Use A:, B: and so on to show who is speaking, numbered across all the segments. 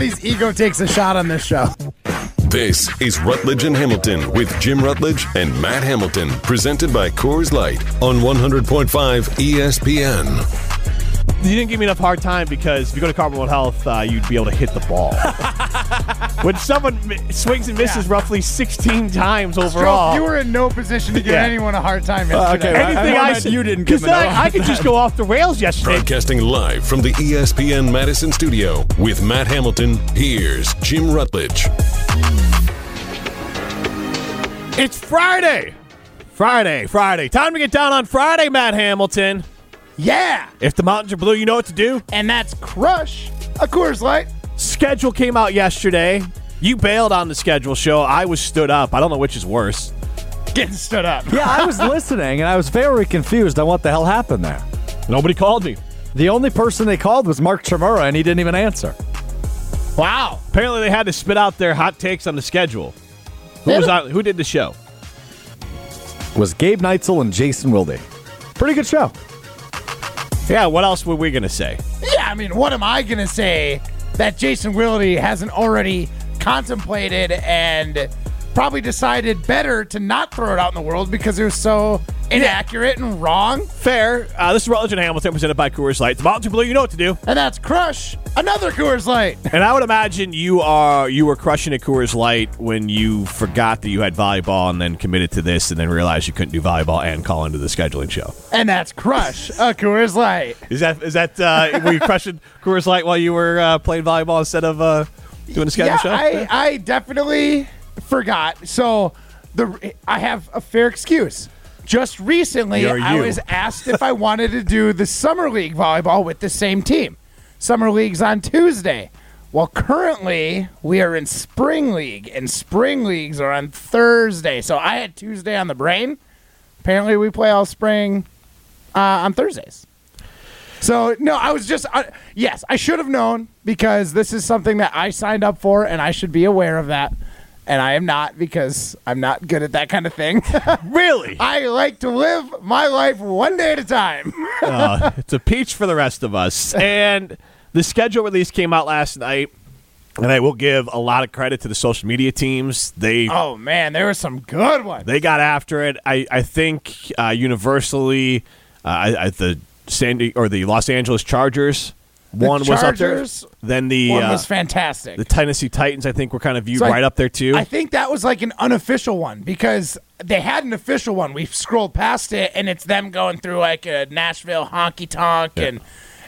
A: Murphy's ego takes a shot on this show.
B: This is Rutledge and Hamilton with Jim Rutledge and Matt Hamilton, presented by Coors Light on 100.5 E ESPN.
C: You didn't give me enough hard time because if you go to Carbon One Health, uh, you'd be able to hit the ball. when someone mi- swings and misses roughly 16 times overall.
A: Joe, you were in no position to give
C: Yeah.
A: anyone a hard time yesterday.
D: okay, well,
C: Anything
D: I'm
C: I,
D: mad
C: said-
D: you didn't give
C: 'cause
D: him
C: I,
D: enough.
C: I could just go off the rails yesterday.
B: Broadcasting live from the E ESPN Madison studio with Matt Hamilton, here's Jim Rutledge.
C: It's Friday. Friday, Friday. Time to get down on Friday, Matt Hamilton.
A: yeah,
C: If the mountains are blue, you know what to do.
A: and that's Crush, a Coors Light.
C: Schedule came out yesterday. You bailed on the schedule show. I was stood up. I don't know which is worse.
A: Getting stood up.
D: Yeah, I was listening and I was very confused on what the hell happened there.
C: Nobody called me.
D: The only person they called was Mark Tremura and he didn't even answer.
C: Wow. Apparently, they had to spit out their hot takes on the schedule. Who was on, Who did the show?
D: Was Gabe Neitzel and Jason Wilde. Pretty good show.
C: Yeah. What else were we gonna say?
A: Yeah, I mean, what am I gonna say that Jason Wilde hasn't already contemplated and probably decided better to not throw it out in the world because it was so inaccurate and wrong?
C: Fair. Uh, this is Rutledge and Hamilton, presented by Coors Light. The mountains are blue. You know what to do.
A: And that's Crush, another Coors Light.
C: And I would imagine you are you were crushing at Coors Light when you forgot that you had volleyball and then committed to this and then realized you couldn't do volleyball and call into the scheduling show.
A: And that's Crush, a Coors Light.
C: Is that is that uh, were you crushing Coors Light while you were uh, playing volleyball instead of uh, doing the scheduling
A: yeah,
C: show?
A: I, I definitely forgot. So the I have a fair excuse. Just recently,
C: You're
A: I
C: you.
A: was asked if I wanted to do the summer league volleyball with the same team. Summer league's on Tuesday. Well, currently we are in spring league, and spring leagues are on Thursday. So I had Tuesday on the brain. Apparently, we play all spring uh, on Thursdays. So no, I was just I yes, I should have known because this is something that I signed up for, and I should be aware of that. And I am not because I'm not good at that kind of thing.
C: really?
A: I like to live my life one day at a time.
C: Uh, it's a peach for the rest of us. And the schedule release came out last night, and I will give a lot of credit to the social media teams. They
A: oh man, there was some good ones.
C: they got after it. I I think uh, universally, uh, I, I, the Sandy or the Los Angeles Chargers one was up there.
A: Chargers
C: Then the
A: One
C: uh,
A: was fantastic.
C: the Tennessee Titans I think were kind of viewed
A: So I-
C: right up there too.
A: I think that was like an unofficial one because they had an official one. We scrolled past it, and it's them going through like a Nashville honky tonk, and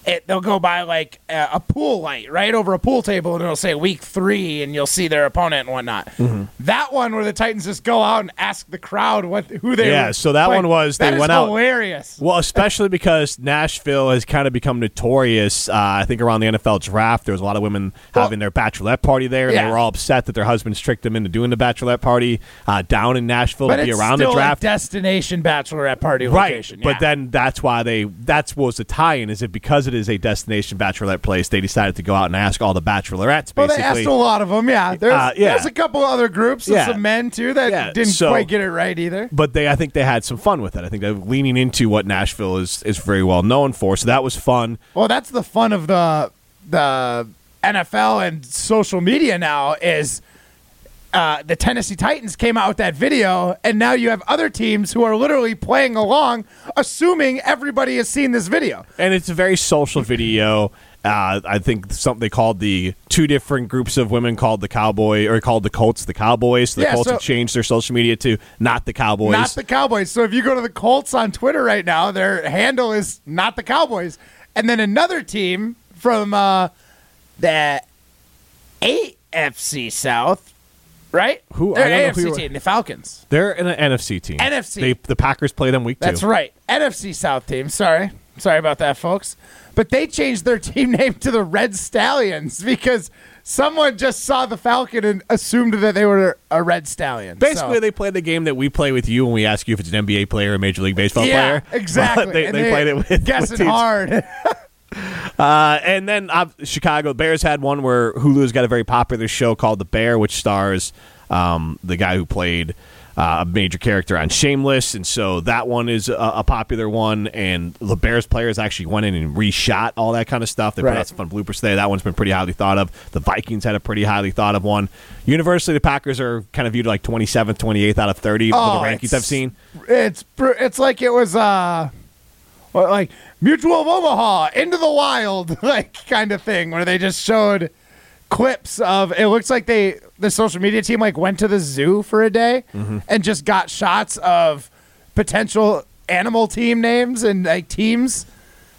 A: it, they'll go by like a, a pool light right over a pool table, and it'll say week three, and you'll see their opponent and whatnot.
C: Mm-hmm.
A: That one where the Titans just go out and ask the crowd what who they
C: Yeah,
A: were
C: so that
A: playing.
C: one was
A: That
C: they
A: is
C: went out-
A: hilarious.
C: Well, especially because Nashville has kind of become notorious. Uh, I think around the NFL draft, there was a lot of women having their bachelorette party there, and
A: Yeah.
C: they were all upset that their husbands tricked them into doing the bachelorette party uh, down in Nashville
A: But
C: to be
A: it's
C: around
A: still
C: the draft.
A: a destination bachelorette party
C: Right,
A: location. yeah.
C: but then that's why they that's what was the tie-in is it because it is a destination bachelorette place they decided to go out and ask all the bachelorettes
A: Well,
C: basically.
A: they asked a lot of them. Yeah, there's,
C: Uh, yeah.
A: there's a couple other groups, and
C: Yeah.
A: some men too that
C: Yeah,
A: didn't
C: so-
A: quite get it right either.
C: but they I think they had some fun with it. I think they're leaning into what Nashville is is very well known for. So that was fun.
A: Well, that's the fun of the the NFL and social media now is uh, the Tennessee Titans came out with that video, and now you have other teams who are literally playing along, assuming everybody has seen this video.
C: and it's a very social video. Uh, I think something they called the two different groups of women called the cowboy or called the Colts the Cowboys. So the
A: Yeah,
C: Colts
A: so-
C: have changed their social media to not the Cowboys.
A: Not the Cowboys. So if you go to the Colts on Twitter right now, their handle is not the Cowboys. And then another team from uh, the AFC South, right?
C: Who- I
A: Their
C: don't know
A: AFC
C: who you are-
A: team, the Falcons.
C: They're an NFC team.
A: NFC.
C: They, the Packers play them week
A: That's
C: two.
A: right. NFC South team. Sorry. Sorry about that, folks. But they changed their team name to the Red Stallions because someone just saw the Falcon and assumed that they were a Red Stallion.
C: Basically,
A: So-
C: they play the game that we play with you when we ask you if it's an NBA player or a Major League Baseball
A: yeah,
C: player.
A: exactly.
C: they,
A: And
C: they played it with with
A: guessing
C: teams.
A: hard.
C: Uh, and then uh, Chicago Bears had one where Hulu's got a very popular show called The Bear, which stars um, the guy who played uh, a major character on Shameless, and so that one is a, a popular one. And the Bears players actually went in and reshot all that kind of stuff. They
A: Right.
C: put out some fun bloopers today. That one's been pretty highly thought of. The Vikings had a pretty highly thought of one. Universally, the Packers are kind of viewed like 27th, 28th out of 30 of all the rankings
A: Oh, it's-
C: I've seen.
A: It's br- it's like it was uh, what, like Mutual of Omaha, Into the Wild, like kind of thing, where they just showed clips of. It looks like they the social media team like went to the zoo for a day and just got shots of potential animal team names and like teams.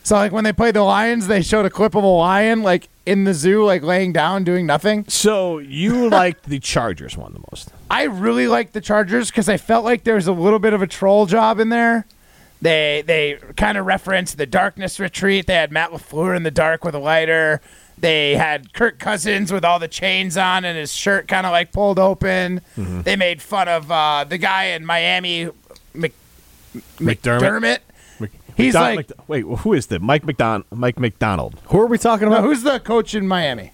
A: So like when they played the Lions, they showed a clip of a lion like in the zoo, like laying down doing nothing.
C: So you liked the Chargers one the most.
A: I really liked the Chargers because I felt like there was a little bit of a troll job in there. They they kind of referenced the darkness retreat. They had Matt Lafleur in the dark with a lighter. They had Kirk Cousins with all the chains on and his shirt kind of like pulled open. They made fun of uh, the guy in Miami, Mc- McDermott. He's
C: McDon-
A: like,
C: Mc- wait, who is the Mike McDon- Mike McDonald,
D: Who are we talking
A: no,
D: about?
A: who's the coach in Miami?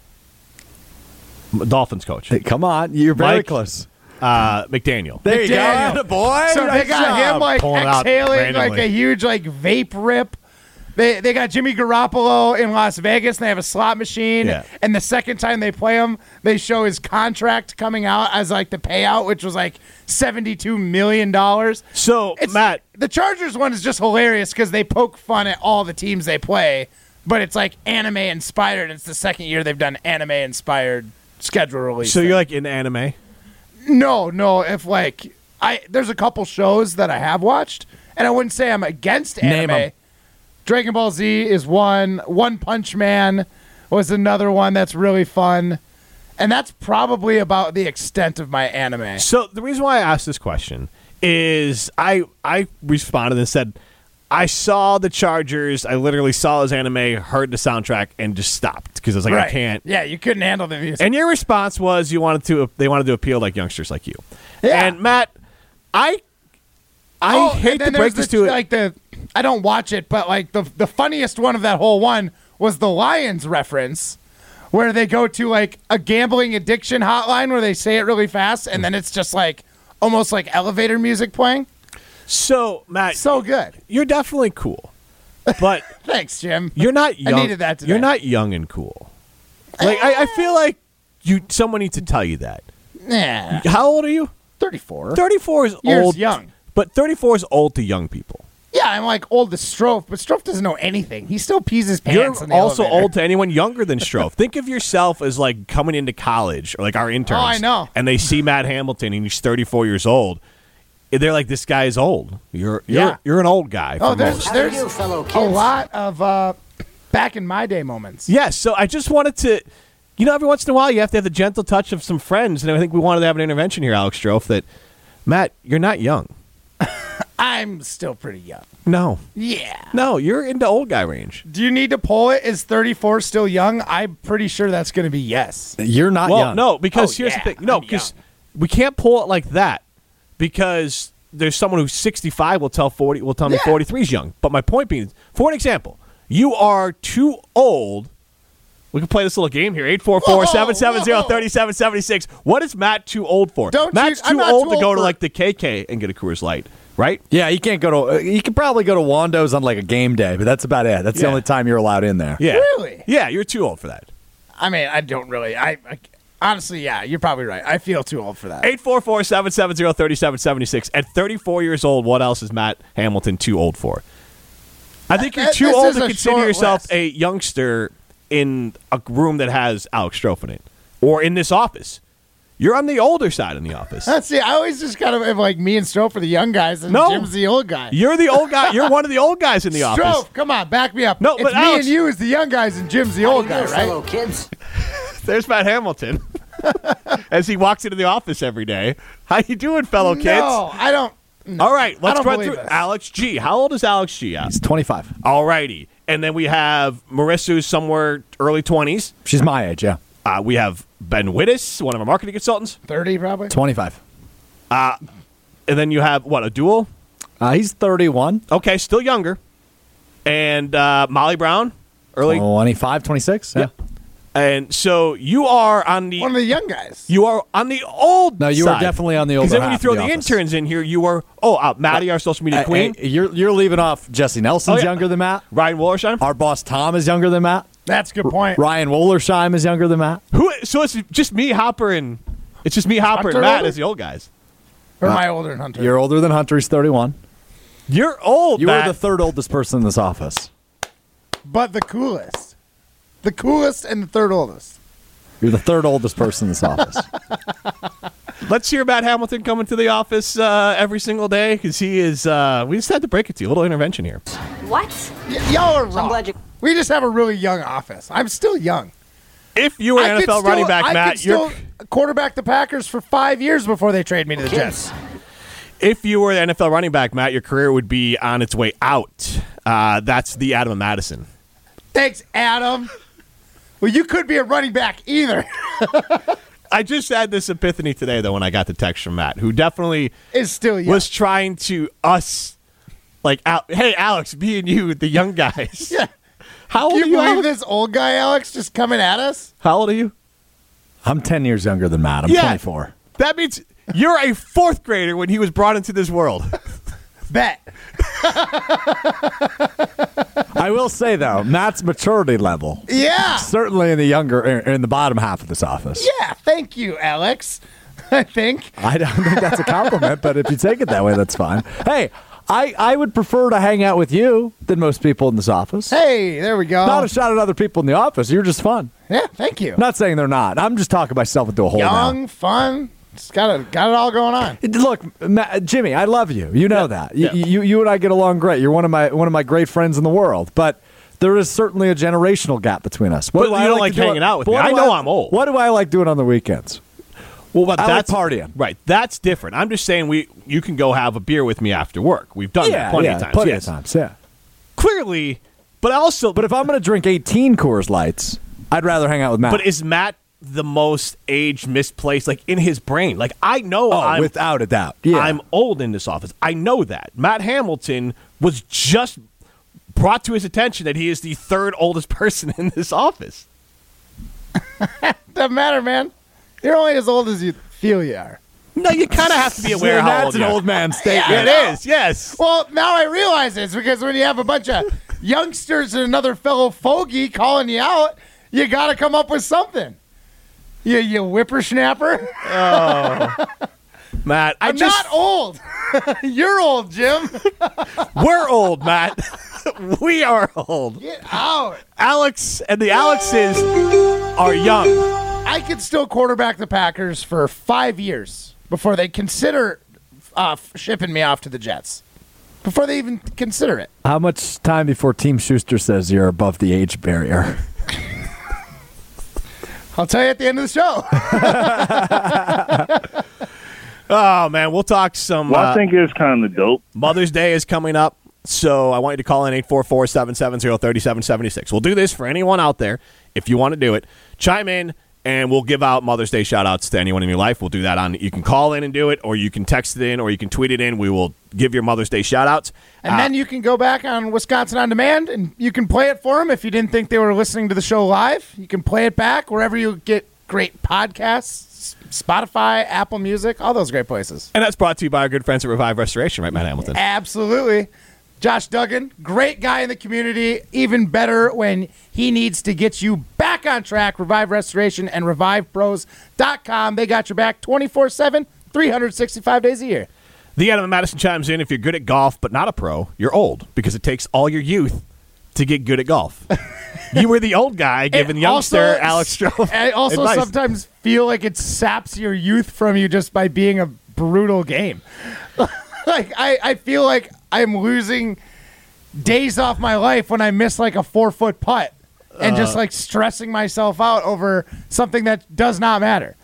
C: Dolphins coach,
D: Hey, come on, you're very
C: Mike-
D: close.
C: uh, McDaniel.
D: There
A: you go. Daniel.
D: boy.
A: So they got him like
C: Pulling it out
A: exhaling like
C: randomly.
A: a huge like vape rip. They they got Jimmy Garoppolo in Las Vegas. And they have a slot machine,
C: Yeah.
A: and the second time they play him, they show his contract coming out as like the payout, which was like seventy two million dollars.
C: So Matt,
A: the Chargers one is just hilarious because they poke fun at all the teams they play, but it's like anime inspired. And it's the second year they've done anime inspired schedule release.
C: so
A: thing.
C: you're like in anime.
A: No, no. If like I, there's a couple shows that I have watched, and I wouldn't say I'm against
D: Name
A: anime.
D: 'em.
A: Dragon Ball Z is one. One Punch Man was another one that's really fun, and that's probably about the extent of my anime.
C: So the reason why I asked this question is I I responded and said I saw the Chargers. I literally saw his anime, heard the soundtrack, and just stopped because I was like, I can't.
A: Yeah, you couldn't handle the music.
C: And your response was you wanted to they wanted to appeal like youngsters like you.
A: Yeah.
C: And Matt, I I
A: Oh,
C: hate
A: and
C: to
A: then
C: break
A: there's
C: this
A: the,
C: to it.
A: Like the, I don't watch it, but like the the funniest one of that whole one was the Lions reference, where they go to like a gambling addiction hotline where they say it really fast, and then it's just like almost like elevator music playing.
C: so Matt,
A: So good.
C: you're definitely cool, but
A: Thanks, Jim.
C: you're not young.
A: needed that today.
C: You're not young and cool. Like I, I feel like you. Someone needs to tell you that.
A: Yeah,
C: How old are you?
A: thirty four.
C: 34 is
A: Years
C: old.
A: young.
C: But 34 is old to young people.
A: Yeah, I'm like old to Strofe, but Strofe doesn't know anything. He still pees his pants. in
C: You're
A: the
C: also
A: elevator.
C: old to anyone younger than Strofe. Think of yourself as like coming into college or like our interns.
A: Oh, I know.
C: And they see Matt Hamilton and he's 34 years old. And They're like, this guy is old. You're you're,
A: Yeah.
C: you're an old guy.
A: Oh,
C: for
A: there's
C: most.
A: there's a lot of uh, back in my day moments.
C: Yes. So I just wanted to, you know, every once in a while you have to have the gentle touch of some friends, and I think we wanted to have an intervention here, Alex Strofe. That Matt, you're not young.
A: I'm still pretty young.
C: No,
A: Yeah.
C: no, you're into old guy range.
A: Do you need to poll it? Is 34 still young? I'm pretty sure that's going to be yes.
D: You're not
C: well,
D: young.
C: no, because
A: Oh,
C: here's
A: yeah,
C: the thing. No,
A: I'm
C: because we can't pull it like that because there's someone who's 65 will tell 40 will tell me
A: Yeah.
C: 43 is young. But my point being, for an example, you are too old. We can play this little game here. 844-770-3776. What is Matt too old for?
A: Don't you-
C: Matt's
A: I'm
C: too
A: not
C: old
A: too
C: to
A: old
C: go to
A: for-
C: like the KK and get a Coors Light, right?
D: Yeah, you can't go to. uh, You could probably go to Wando's on like a game day, but that's about it. That's the
C: Yeah.
D: only time you're allowed in there.
C: Yeah.
A: Really?
C: Yeah, you're too old for that.
A: I mean, I don't really. I, I honestly, yeah, you're probably right. I feel too old for that.
C: 844-770-3776. At 34 years old, what else is Matt Hamilton too old for? I think you're
A: Th-
C: too
A: this
C: old
A: is
C: to
A: a
C: consider
A: short
C: yourself
A: list.
C: a youngster in a room that has Alex Strofe in it or in this office. You're on the older side in the office.
A: Let's see. I always just kind of am like me and Strofe are the young guys, and
C: No.
A: Jim's the old guy.
C: You're the old guy. You're one of the old guys in the
A: Strofe,
C: office.
A: come on, back me up.
C: No,
A: it's
C: but
A: me
C: Alex-
A: and you is the young guys, and Jim's the old guy, right?
E: kids.
C: There's Matt Hamilton as he walks into the office every day. How you doing, fellow kids?
A: No, I don't.
C: All right,
A: I
C: let's
A: don't
C: run
A: believe
C: through
A: this.
C: Alex G. How old is Alex G? Al?
D: He's 25.
C: All righty. And then we have Marissa, who's somewhere early 20s.
D: She's my age. Yeah,
C: Uh, we have Ben Wittes, one of our marketing consultants.
A: 30 probably.
D: 25.
C: And then you have, what, a duel?
D: Uh, he's 31,
C: Okay, still
D: Oh.
C: younger. And uh, Molly Brown, early.
D: 25, 26. Yeah.
C: Yep. And so you are on the
A: One of the young guys.
C: you are on the old.
D: No, you are
C: side.
D: definitely on the
C: Because
D: older
C: then when you
D: half
C: throw
D: of
C: the,
D: the office.
C: interns in here, you are oh, uh, Maddie, our social media
D: Hey,
C: queen,
D: hey, you're you're leaving off Jesse Nelson's
C: Oh, yeah.
D: younger than Matt.
C: Ryan Wallersheim.
D: Our boss Tom is younger than Matt.
A: That's a good point.
D: Ryan Wollersheim is younger than Matt.
C: Who? So it's just me, Hopper, and it's just me, Hopper,
A: Hunter
C: and Matt
A: Holder?
C: as the old guys.
A: Or am I older than Hunter?
D: You're older than Hunter. He's 31.
C: You're old.
D: You
C: Matt.
D: are the third oldest person in this office.
A: but the coolest. The coolest and the third oldest.
D: You're the third oldest person in this office.
C: Let's hear Matt Hamilton coming to the office uh, every single day because he is. Uh, we just had to break it to you. A little intervention here.
E: What?
A: Y- y'all are wrong.
E: glad you-
A: we just have a really young office. I'm still young.
C: If you were
A: I
C: an NFL
A: could still-
C: running back,
A: I
C: Matt,
A: could still
C: you're,
A: quarterback the Packers for five years before they trade me to the Jets.
C: if you were an NFL running back, Matt, your career would be on its way out. Uh, that's the Adam Madison.
A: Thanks, Adam. Well, you could be a running back either.
C: I just had this epiphany today, though, when I got the text from Matt, who definitely
A: Is still young.
C: was trying to us, like, Al- hey, Alex, me and you, the young guys.
A: yeah.
C: How old
A: Can you
C: are you?
A: believe
C: Alex?
A: this old guy, Alex, just coming at us?
C: How old are you?
D: I'm 10 years younger than Matt. I'm
C: Yeah.
D: 24.
C: That means you're a fourth grader when he was brought into this world.
A: Bet.
D: I will say though, Matt's maturity level
A: Yeah.
D: certainly in the younger in the bottom half of this office.
A: Yeah. Thank you, Alex. I think.
D: I don't think that's a compliment, but if you take it that way, that's fine. Hey, I, I would prefer to hang out with you than most people in this office.
A: Hey, there we go.
C: Oh.
D: Not a shot at other people in the office. You're just fun.
A: yeah, thank you.
D: I'm not saying they're not. I'm just talking myself into a hole. now.
A: Young, fun. It's got it, got it all going on.
D: Look, Ma- Jimmy, I love you. You know that. You,
C: yeah.
D: you you and I get along great. You're one of my one of my great friends in the world. But there is certainly a generational gap between us. What
C: But
D: do
C: you don't like
D: to do-
C: hanging out with
D: but
C: me.
D: what
C: I
D: do
C: know I'm old.
D: What do I like doing on the weekends?
C: Well, but
D: I like
C: that's
D: partying.
C: Right, that's different. I'm just saying we you can go have a beer with me after work. We've done that Oh, plenty of times.
D: plenty
C: yes.
D: of times. Yeah.
C: Clearly, but also,
D: But if I'm going to drink 18 Coors Lights, I'd rather hang out with Matt.
C: but is Matt the most age misplaced like in his brain? Like I know
D: oh,
C: I'm
D: without a doubt. Yeah.
C: I'm old in this office. I know that Matt Hamilton was just brought to his attention that he is the third oldest person in this office.
A: Doesn't matter, man. You're only as old as you feel you are.
C: No, you kind of have to be aware
D: Yeah,
C: how
D: that's
C: old
D: an
C: you are.
D: old man statement.
C: Yeah, it is. Yes.
A: Well, now I realize it's because when you have a bunch of youngsters and another fellow fogey calling you out, you got to come up with something. You, you whippersnapper.
C: Matt, I
A: I'm
C: just
A: not old. You're old, Jim.
C: we're old, Matt. we are old.
A: Get out.
C: Alex and the Alexes are young.
A: I could still quarterback the Packers for five years before they consider uh, shipping me off to the Jets. Before they even consider it.
D: How much time before Team Schuster says you're above the age barrier?
A: I'll tell you at the end of the show.
C: Oh man, we'll talk some.
F: Well,
C: uh,
F: I think it's kind of dope.
C: Mother's Day is coming up, so I want you to call in 844 770 3776. We'll do this for anyone out there if you want to do it. Chime in, and we'll give out Mother's Day shout outs to anyone in your life. We'll do that on. You can call in and do it, or you can text it in, or you can tweet it in. We will give your Mother's Day shout outs.
A: And then you can go back on Wisconsin On Demand and you can play it for them if you didn't think they were listening to the show live. You can play it back wherever you get great podcasts Spotify, Apple Music, all those great places.
C: And that's brought to you by our good friends at Revive Restoration, right, Matt Hamilton?
A: Absolutely. Josh Duggan, great guy in the community, even better when he needs to get you back on track. Revive Restoration and RevivePros.com. They got your back 24 7, 365 days a year.
C: The Adam and Madison chimes in if you're good at golf but not a pro, you're old because it takes all your youth to get good at golf. you were the old guy giving
A: And
C: youngster
A: also-
C: Alex Stroh.
A: I also
C: advice.
A: sometimes feel like it saps your youth from you just by being a brutal game. like I, I feel like I'm losing days off my life when I miss like a four foot putt and
C: Uh-huh.
A: just like stressing myself out over something that does not matter.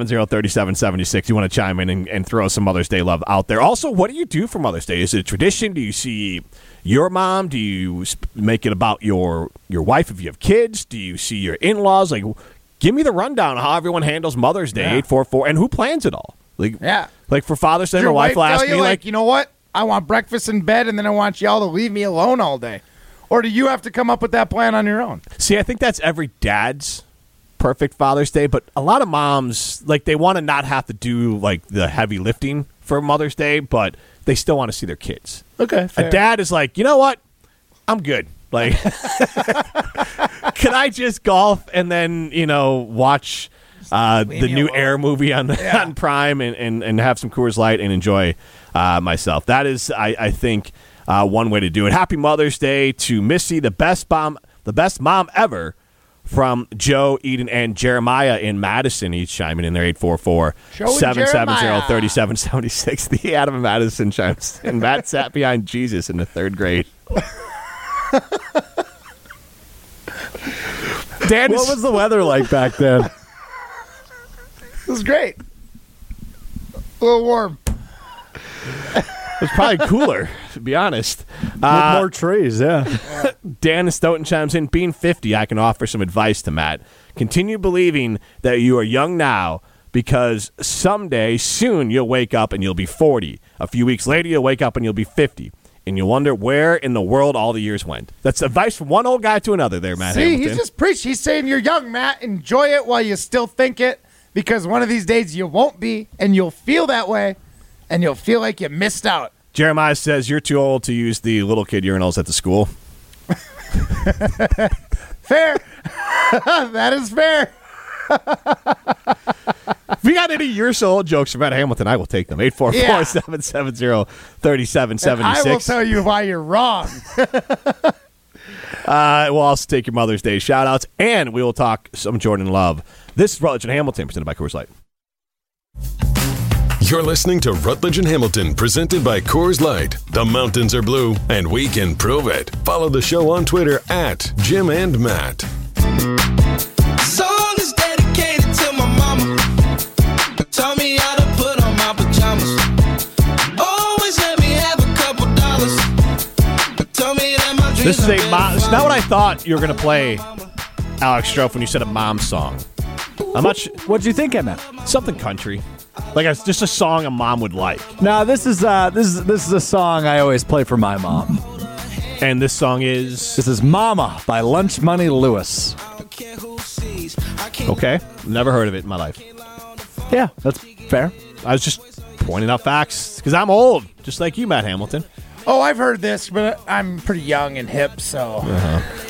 C: 844-770-3776. You want to chime in and, and throw some Mother's Day love out there. Also, what do you do for Mother's Day? Is it a tradition? Do you see your mom? Do you sp- make it about your your wife if you have kids? Do you see your in-laws? Like, give me the rundown on how everyone handles Mother's Day.
A: Yeah.
C: 844 and who plans it all? Like,
A: Yeah.
C: Like for Father's Day,
A: Does
C: my
A: your
C: wife will
A: tell
C: ask
A: you,
C: me like,
A: you know what? I want breakfast in bed and then I want y'all to leave me alone all day. Or do you have to come up with that plan on your own?
C: See, I think that's every dad's perfect Father's Day, but a lot of moms like they want to not have to do like the heavy lifting for Mother's Day, but they still want to see their kids.
A: Okay.
C: A dad is like, you know what? I'm good. Like, can I just golf and then you know watch uh, the
A: me
C: new
A: alone.
C: Air movie on,
A: Yeah.
C: on Prime and, and and have some Coors Light and enjoy uh, myself? That is, I, I think, uh, one way to do it. Happy Mother's Day to Missy, the best mom, the best mom ever. From Joe, Eden, and Jeremiah in Madison, each chiming in there 844
A: Joe and
C: 770
A: Jeremiah.
C: 3776. The Adam and Madison chimes and Matt sat behind Jesus in the third grade. Dan
D: What
C: is,
D: was the weather like back then?
A: This is great. A little warm.
C: was probably cooler, to be honest. Uh,
D: With more trees, yeah.
C: Dan and Stoughton chimes in, being 50, I can offer some advice to Matt. Continue believing that you are young now because someday, soon, you'll wake up and you'll be 40. A few weeks later, you'll wake up and you'll be 50. And you'll wonder where in the world all the years went. That's advice from one old guy to another there, Matt
A: See,
C: Hamilton.
A: he's just preaching. He's saying you're young, Matt. Enjoy it while you still think it, because one of these days you won't be, and you'll feel that way, and you'll feel like you missed out.
C: Jeremiah says, You're too old to use the little kid urinals at the school.
A: Fair. that is fair.
C: If you got any years old jokes from Matt Hamilton, I will take them. 844 770
A: I will
C: 3776.
A: tell you why you're wrong.
C: Uh, we'll also take your Mother's Day shout outs, and we will talk some Jordan Love. This is Rutledge and Hamilton, presented by Coors Light.
B: You're listening to Rutledge and Hamilton, presented by Coors Light. The mountains are blue, and we can prove it. Follow the show on Twitter at Jim and Matt.
E: song is dedicated to my mama. Taught me how to put on my pajamas. Always let me have a couple dollars. Told me that my dreams
C: This is
E: are
C: a
E: better
C: mom. It's
E: fun.
C: not what I thought you were going to play, Alex Strofe, when you said a mom song. I'm not sh-
D: What'd you think I meant?
C: something country, like it's just a song a mom would like.
D: Now this is uh, this is this is a song I always play for my mom.
C: And this song is
D: This is "Mama" by Lunch Money Lewis.
E: I don't care who sees. I can't
C: okay. Never heard of it in my life.
D: Yeah, that's fair.
C: I was just pointing out facts because I'm old, just like you, Matt Hamilton.
A: oh, I've heard this, but I'm pretty young and hip, so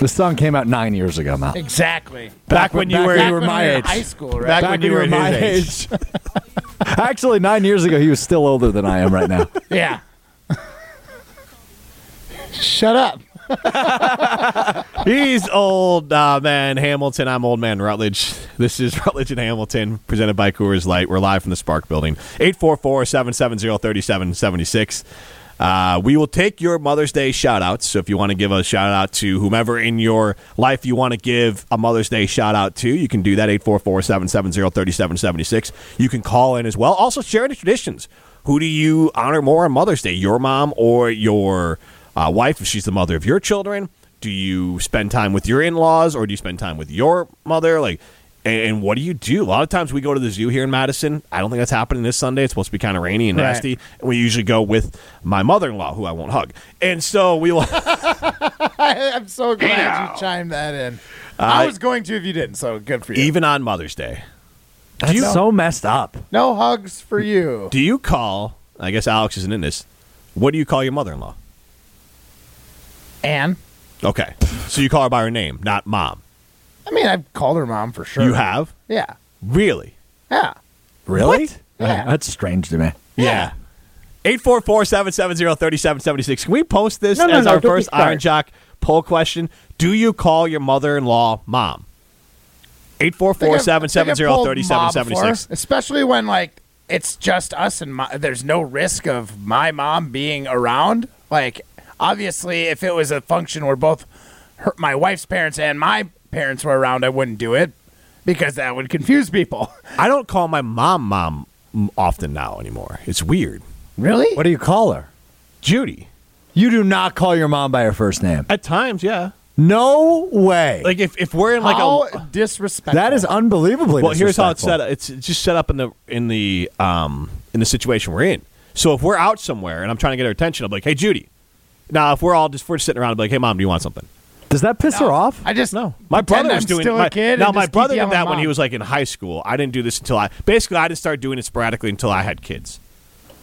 D: This song came out nine years ago, Matt.
A: exactly.
C: Back, when you were,
D: when you were my
A: we in
D: age.
A: high school, right?
C: Back when you were
D: my
C: his age.
D: Actually, nine years ago, he was still older than I am right now.
A: yeah. Shut up.
C: He's old uh, man Hamilton. I'm old man Rutledge. This is Rutledge and Hamilton, presented by Coors Light. We're live from the Spark Building, 844-770-3776. Uh, we will take your Mother's Day shout-outs. So if you want to give a shout-out to whomever in your life you want to give a Mother's Day shout-out to, you can do that, 844-770-3776. You can call in as well. Also, share any traditions. Who do you honor more on Mother's Day, your mom or your uh, wife, if she's the mother of your children? do you spend time with your in-laws or do you spend time with your mother like and and what do you do? A lot of times we go to the zoo here in Madison. I don't think that's happening this Sunday. It's supposed to be kind of rainy and
A: Right.
C: nasty. And we usually go with my mother-in-law, who I won't hug. And so we will.
A: I, I'm so glad you chimed that in. I was going to if you didn't, so good for you.
C: even on Mother's Day,
D: That's so messed up.
A: no hugs for you.
C: do you call? I guess Alex isn't in this. What do you call your mother-in-law?
A: Anne?
C: Okay, so you call her by her name, not mom.
A: I mean, I've called her mom for sure.
C: You have
A: Yeah.
C: really,
A: Yeah.
D: Really?
A: Yeah.
D: That's strange to me.
C: yeah. 844-770-3776. Can we post this
A: No, no,
C: as
A: no,
C: our
A: don't be
C: first
A: sorry.
C: Iron Jock poll question? Do you call your mother-in-law mom?
A: Think I've- think I've pulled Ma
C: 844-770-3776.
A: before, Especially when, like, it's just us and my, there's no risk of my mom being around. Like, obviously, if it was a function where both her, my wife's parents and my parents were around, I wouldn't do it because that would confuse people.
C: I don't call my mom mom m- often now anymore. It's weird.
A: Really?
D: What do you call her?
C: Judy.
D: You do not call your mom by her first name.
C: At times, yeah.
D: No way.
C: Like if, if we're in like
A: How
C: a
A: disrespectful.
D: that is unbelievably.
C: Well, here's how it's set
D: disrespectful.
C: up. It's it's just set up in the in the um in the situation we're in. So if we're out somewhere and I'm trying to get her attention, I'm like, "Hey, Judy," Now, if we're all just if we're sitting around, and be like, "Hey, mom, do you want something?"
D: Does that piss her off?
A: I just
C: No, my
A: pretend
C: brother was
A: I'm
C: doing
A: still
C: my,
A: a kid.
C: Now,
A: and
C: my
A: just keep
C: brother did
A: yelling,
C: that when he
A: "Mom."
C: was like in high school. I didn't do this until I basically I didn't start doing it sporadically until I had kids.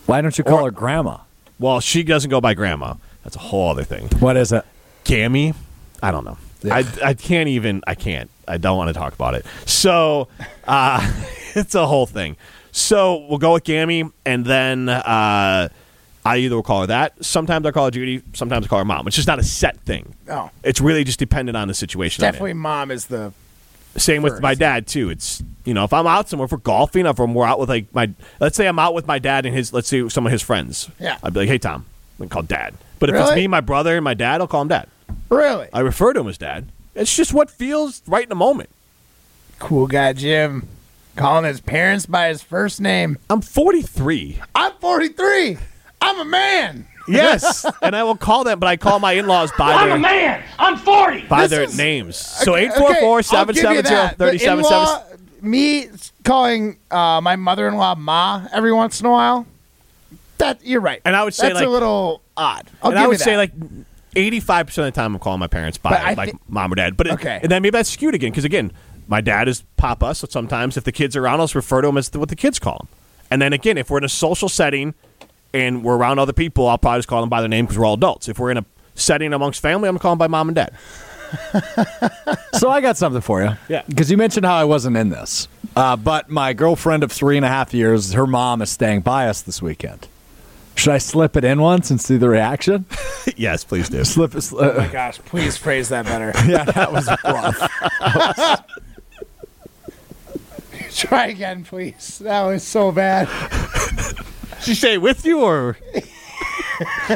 D: Why don't you call her grandma?
C: Well, she doesn't go by grandma. That's a whole other thing.
D: What is it?
C: Gammy, I don't know.
D: Yeah.
C: I, I can't even. I can't. I don't want to talk about it. So, uh, it's a whole thing. So we'll go with Gammy, and then uh, I either will call her that. Sometimes I call her Judy. Sometimes I call her mom. It's just not a set thing.
A: No.
C: it's really just dependent on the situation. I'm in.
A: Definitely, mom is the
C: Same with
A: first.
C: my dad too. It's you know if I'm out somewhere for golfing, if I'm- we're out with like my let's say I'm out with my dad and his let's say some of his friends.
A: Yeah.
C: I'd be like, hey Tom, I'm gonna call dad. But if it's
A: Really?
C: me, my brother, and my dad, I'll call him dad.
A: really
C: I refer to him as dad. It's just what feels right in the moment.
A: cool guy, Jim. Calling his parents by his first name.
C: I'm 43.
A: I'm 43. I'm a man.
C: Yes, and I will call them, but I call my in-laws by
F: I'm
C: their
F: a man. I'm 40.
C: by
A: This
C: their
A: is-
C: names. So
A: Okay,
C: eight four four
A: okay, I'll
C: seven
A: give you
C: seven zero
A: that. The
C: thirty seven
A: in-law-
C: seven.
A: Me calling uh, my mother-in-law ma every once in a while. That you're right.
C: And I would say,
A: that's
C: like- oh
A: a little odd. I'll
C: and
A: give
C: I
A: you
C: would
A: that.
C: say like eighty-five percent of the time I'm calling my parents by
A: But I
C: like
A: thi-
C: mom or dad. But it-
A: Okay.
C: and then maybe that's skewed again because again, my dad is papa, so sometimes if the kids are around, I'll just refer to them as what the kids call them. And then again, if we're in a social setting and we're around other people, I'll probably just call them by their name because we're all adults. If we're in a setting amongst family, I'm calling by mom and dad.
D: so I got something for you.
C: Yeah.
D: Because you mentioned how I wasn't in this, uh, but my girlfriend of three and a half years, her mom is staying by us this weekend. Should I slip it in once and see the reaction?
C: yes, please do.
D: Slip it. Uh,
A: gosh, please phrase that better.
D: yeah, that was rough.
A: Try again, please. That was so bad.
C: She stay with you or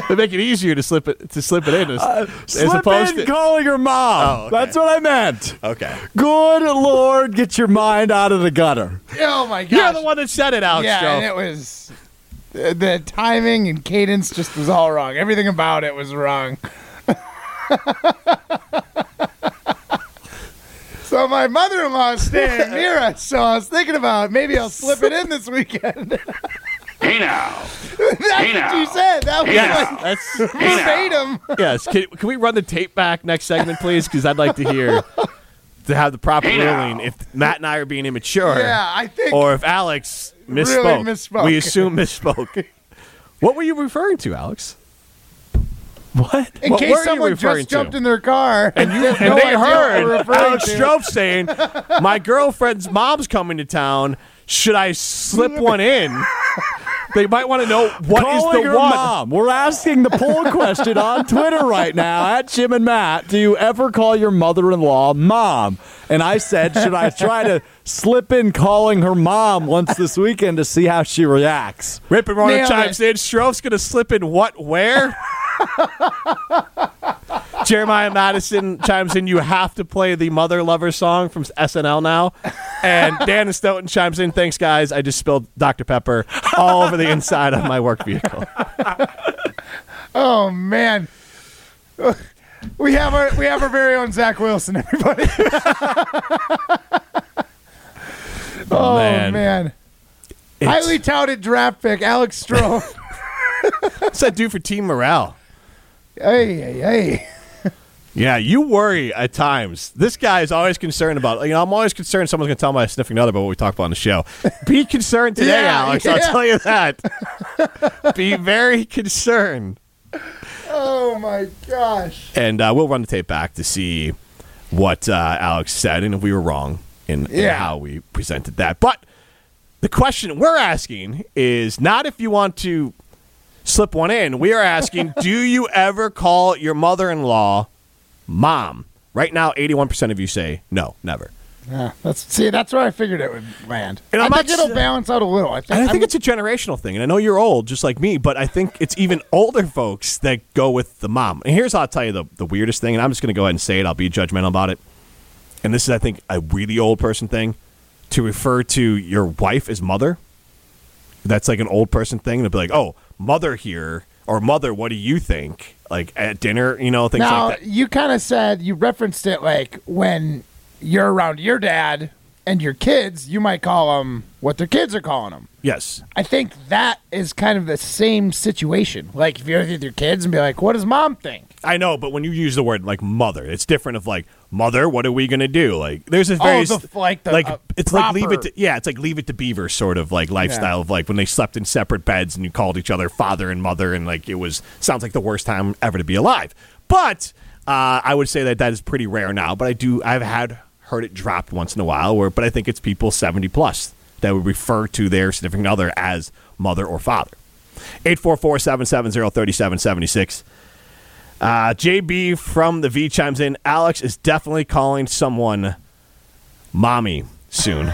C: they make it easier to slip it to slip it in as,
A: Uh,
C: as Oh,
D: Slip in calling her mom. That's what I meant.
C: okay.
D: Good Lord, get your mind out of the gutter.
A: Oh my gosh.
C: You're the one that said it, Alex.
A: yeah,
C: Joe.
A: and it was the, the timing and cadence just was all wrong. Everything about it was wrong. so my mother-in-law is staying near us, so I was thinking about maybe I'll slip it in this weekend. That's
F: Hey now.
A: what you said. That was
C: Yes, that's
A: like verbatim.
C: yes. Can, can we run the tape back next segment, please? Because I'd like to hear to have the proper
F: Hey, now.
C: ruling if Matt and I are being immature,
A: Yeah, I think
C: or if Alex misspoke.
A: misspoke.
C: We assume misspoke. what were you referring to, Alex?
D: What?
A: in
C: what were
A: case
C: you
A: someone
C: referring
A: just jumped
C: to?
A: in their car and, you,
C: And they heard Alex Strofe saying, "My girlfriend's mom's coming to town. Should I slip one in?" They might want to know what is
D: calling
C: the
D: her
C: one.
D: mom. We're asking the poll question on Twitter right now at Jim and Matt. Do you ever call your mother-in-law mom? And I said, should I try to slip in calling her mom once this weekend to see how she reacts?
C: Rip and Roller
A: Nailed
C: chimes in. Strofe's going to slip in what, where? Jeremiah Madison chimes in. You have to play the Mother Lover song from SNL now. And Dan Stoughton chimes in. Thanks, guys. I just spilled Dr. Pepper all over the inside of my work vehicle.
A: Oh man. We have our we have our very own Zach Wilson, everybody. oh
C: man.
A: man. Highly touted draft pick, Alex Stroh.
C: What's that do for team morale?
A: hey, hey, hey.
C: Yeah, you worry at times. This guy is always concerned about. You know, I'm always concerned someone's going to tell me I'm sniffing another about what we talked about on the show. Be concerned today,
A: Yeah,
C: Alex.
A: yeah.
C: I'll tell you that. Be very concerned,
A: Oh my gosh.
C: and uh, we'll run the tape back to see what uh, Alex said and if we were wrong in, in
A: Yeah.
C: how we presented that. But the question we're asking is not if you want to slip one in. We are asking, do you ever call your mother-in-law mom? Right now, 81% of you say no, never.
A: Yeah, that's see, that's where I figured it would land.
C: And
A: I
C: I'm
A: think
C: not
A: it'll
C: s-
A: balance out a little. I think,
C: And I think
A: I'm-
C: it's a generational thing. And I know you're old, just like me, but I think it's even older folks that go with the mom. And here's how I'll tell you the, the weirdest thing, and I'm just going to go ahead and say it. I'll be judgmental about it. And this is, I think, a really old person thing to refer to your wife as mother. That's like an old person thing to be like, oh, mother here, or mother, what do you think? Like at dinner, you know, things
A: now
C: like that.
A: you kind of said you referenced it like when you're around your dad, and your kids, you might call them what their kids are calling them.
C: Yes.
A: I think that is kind of the same situation. Like if you're with your kids and be like, "What does mom think?"
C: I know, but when you use the word like mother, it's different. Of like mother, what are we gonna do? Like there's this
A: Oh,
C: very
A: the- like the, uh,
C: it's like leave it.
A: proper-
C: To, yeah, it's like leave it to Beaver sort of like lifestyle of like when they slept in separate beds and you called each other father and mother and like it was sounds like the worst time ever to be alive. But uh, I would say that that is pretty rare now. But I do I've had heard it dropped once in a while. Where but I think it's people seventy plus that would refer to their significant other as mother or father. 844 770 3776. Uh, JB from the V chimes in. Alex is definitely calling someone mommy soon.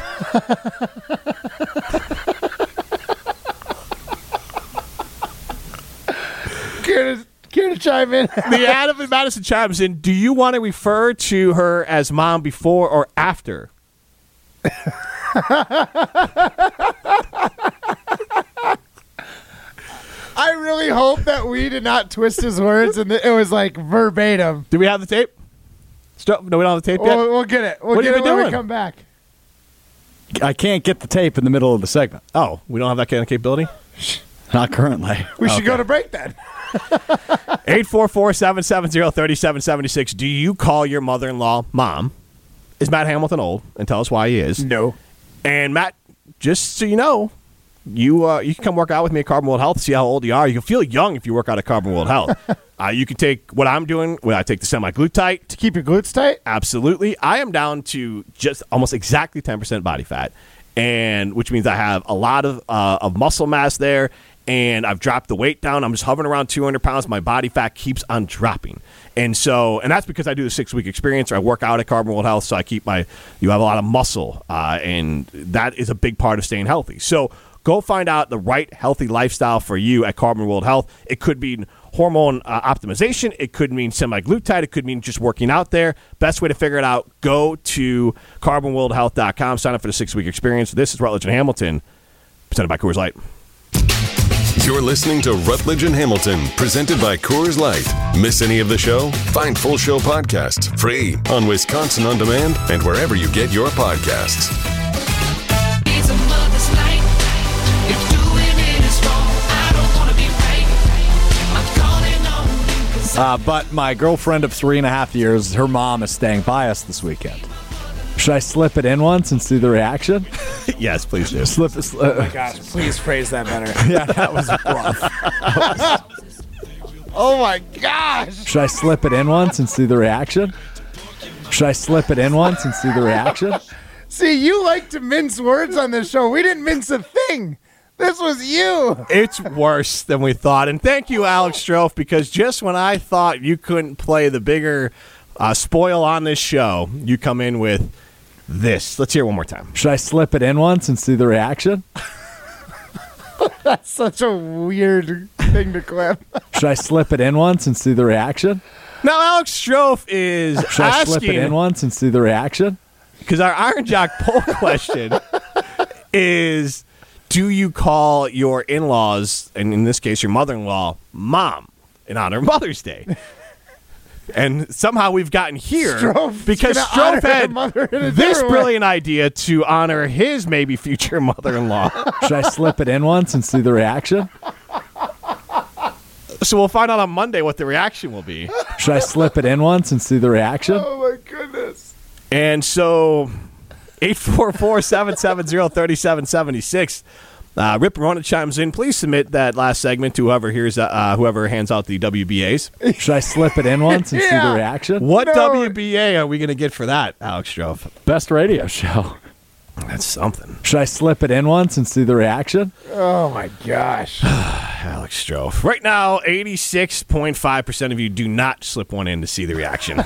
A: Care to, care to chime in?
C: the Adam and Madison chimes in. Do you want to refer to her as mom before or after?
A: I really hope that we did not twist his words and that it was like verbatim.
C: Do we have the tape? Stop. No, we don't have the tape yet.
A: We'll, we'll get it. We'll
C: What
A: get it
C: have you
A: when
C: been
A: we
C: doing?
A: come back.
D: I can't get the tape in the middle of the segment.
C: Oh, we don't have that kind of capability?
D: Not currently.
A: We should go to break then.
C: 844 770 3776. Do you call your mother in law mom? Is Matt Hamilton old? And tell us why he is.
A: No.
C: And Matt, just so you know, you uh, you can come work out with me at Carbon World Health. See how old you are. You can feel young if you work out at Carbon World Health. uh, you can take what I'm doing. When I take the semi-glutite,
A: To keep your glutes tight?
C: absolutely. I am down to just almost exactly 10% body fat, and which means I have a lot of uh, of muscle mass there. And I've dropped the weight down. I'm just hovering around 200 pounds. My body fat keeps on dropping, and so and that's because I do the six week experience. Or I work out at Carbon World Health, so I keep my. You have a lot of muscle, uh, and that is a big part of staying healthy. So Go find out the right healthy lifestyle for you at Carbon World Health. It could be hormone uh, optimization, it could mean semi-glutide, it could mean just working out there. Best way to figure it out, go to carbonworldhealth.com, sign up for the 6-week experience. This is Rutledge and Hamilton, presented by Coors Light.
B: You're listening to Rutledge and Hamilton, presented by Coors Light. Miss any of the show? Find full show podcasts free on Wisconsin On Demand and wherever you get your podcasts.
G: It's a mother's night. If doing it is wrong, I don't wanna be right. I'm calling on you 'cause
D: Uh, but my girlfriend of three and a half years, her mom is staying by us this weekend. Should I slip it in once and see the reaction?
C: yes, please do.
D: Slip uh, it. sli-
A: Gosh, please phrase that better.
D: yeah, that was rough.
A: oh my gosh.
D: Should I slip it in once and see the reaction? Should I slip it in once and see the reaction?
A: See, you like to mince words on this show. We didn't mince a thing. This was you.
C: It's worse than we thought. And thank you, Alex Strofe, because just when I thought you couldn't play the bigger uh, spoil on this show, you come in with this. Let's hear it one more time.
D: Should I slip it in once and see the reaction?
A: Such a weird thing to clip.
D: Should I slip it in once and see the reaction?
C: Now, Alex Strofe is
D: Should I slip it in
C: asking
D: once and see the reaction?
C: because our Iron Jock poll question is: Do you call your in-laws, and in this case, your mother-in-law, mom, in honor of Mother's Day? And somehow we've gotten here
A: Strofe's
C: because
A: gonna honor
C: Strofe
A: her
C: had
A: mother in a
C: this
A: different way.
C: brilliant idea to honor his maybe future mother-in-law.
D: Should I slip it in once and see the reaction?
C: so we'll find out on Monday what the reaction will be.
D: Should I slip it in once and see the reaction?
A: Oh my goodness.
C: And so 844-770-3776. Uh, Rip Rona chimes in. Please submit that last segment to whoever hears uh, uh, whoever hands out the WBAs.
D: Should I slip it in once and see
A: Yeah.
D: the reaction?
C: What
A: No.
C: WBA are we going to get for that, Alex Strofe?
D: Best radio show.
C: That's something,
D: Should I slip it in once and see the reaction?
A: Oh my gosh.
C: Alex Strofe. Right now, eighty-six point five percent of you do not slip one in to see the reaction.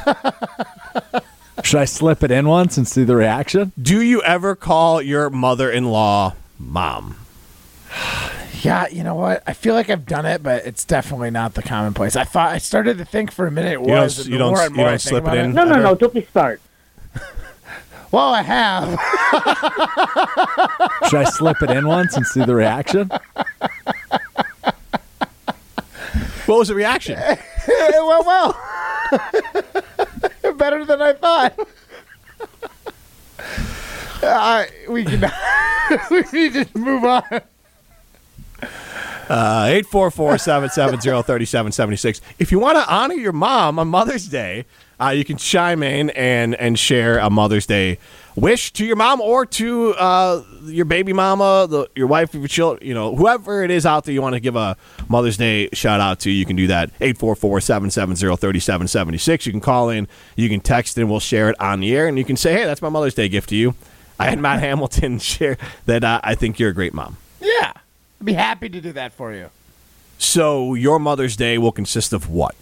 D: Should I slip it in once and see the reaction?
C: do you ever call your mother-in-law mom?
A: Yeah, you know what? I feel like I've done it, but it's definitely not the commonplace. I thought I started to think for a minute it
C: You don't-
A: was. and
C: you
A: the
C: don't-
A: more and
C: you
A: more
C: don't
A: I think
C: slip it
A: about
C: in?
H: No, no, no. Don't be smart.
A: Well, I have.
D: Should I slip it in once and see the reaction?
C: What was the reaction?
A: it went well. Better than I thought. Uh, we can. we need to move on.
C: Uh, Eight four four seven seven zero thirty seven seventy six. If you want to honor your mom on Mother's Day, uh, you can chime in and and share a Mother's Day wish to your mom or to uh, your baby mama, the, your wife, your children, you know, whoever it is out there you want to give a Mother's Day shout out to. You can do that eight four four seven seven zero thirty seven seventy six. You can call in, you can text, and we'll share it on the air, and you can say, hey, that's my Mother's Day gift to you. I had Matt Hamilton share that uh, I think you're a great mom.
A: Yeah, I'd be happy to do that for you.
C: So your Mother's Day will consist of what?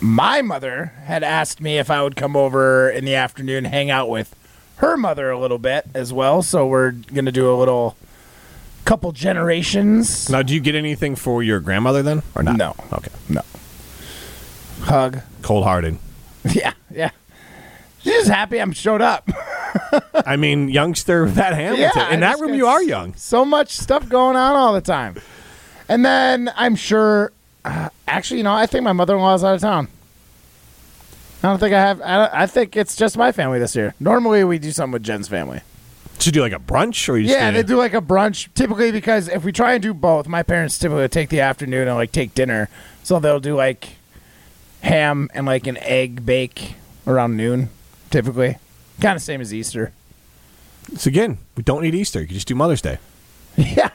A: My mother had asked me if I would come over in the afternoon, hang out with her mother a little bit as well. So we're gonna do a little couple generations.
C: Now, do you get anything for your grandmother then, or not?
A: No.
C: Okay.
A: No. Hug.
C: Cold hearted.
A: Yeah, yeah. She's just happy I'm showed up.
C: I mean, youngster Pat Hamilton.
A: Yeah, I
C: In that
A: just
C: room,
A: got
C: you are
A: s-
C: young.
A: so much stuff going on all the time. And then I'm sure, uh, actually, you know, I think my mother in law is out of town. I don't think I have. I, don't, I think it's just my family this year. Normally, we do something with Jen's family.
C: To do like a brunch, or you just
A: yeah,
C: do-
A: they do like a brunch typically because if we try and do both, my parents typically take the afternoon and like take dinner, so they'll do like ham and like an egg bake around noon, typically, kind of same as Easter.
C: So again, we don't need Easter. You can just do Mother's Day.
A: Yeah.